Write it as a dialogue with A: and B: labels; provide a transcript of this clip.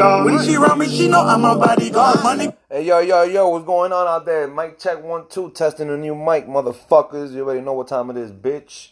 A: When she around me, she know I'm a bodyguard. Money
B: Hey, yo, yo, yo, what's going on out there? Mic check one, two, testing a new mic, motherfuckers. You already know what time it is, bitch.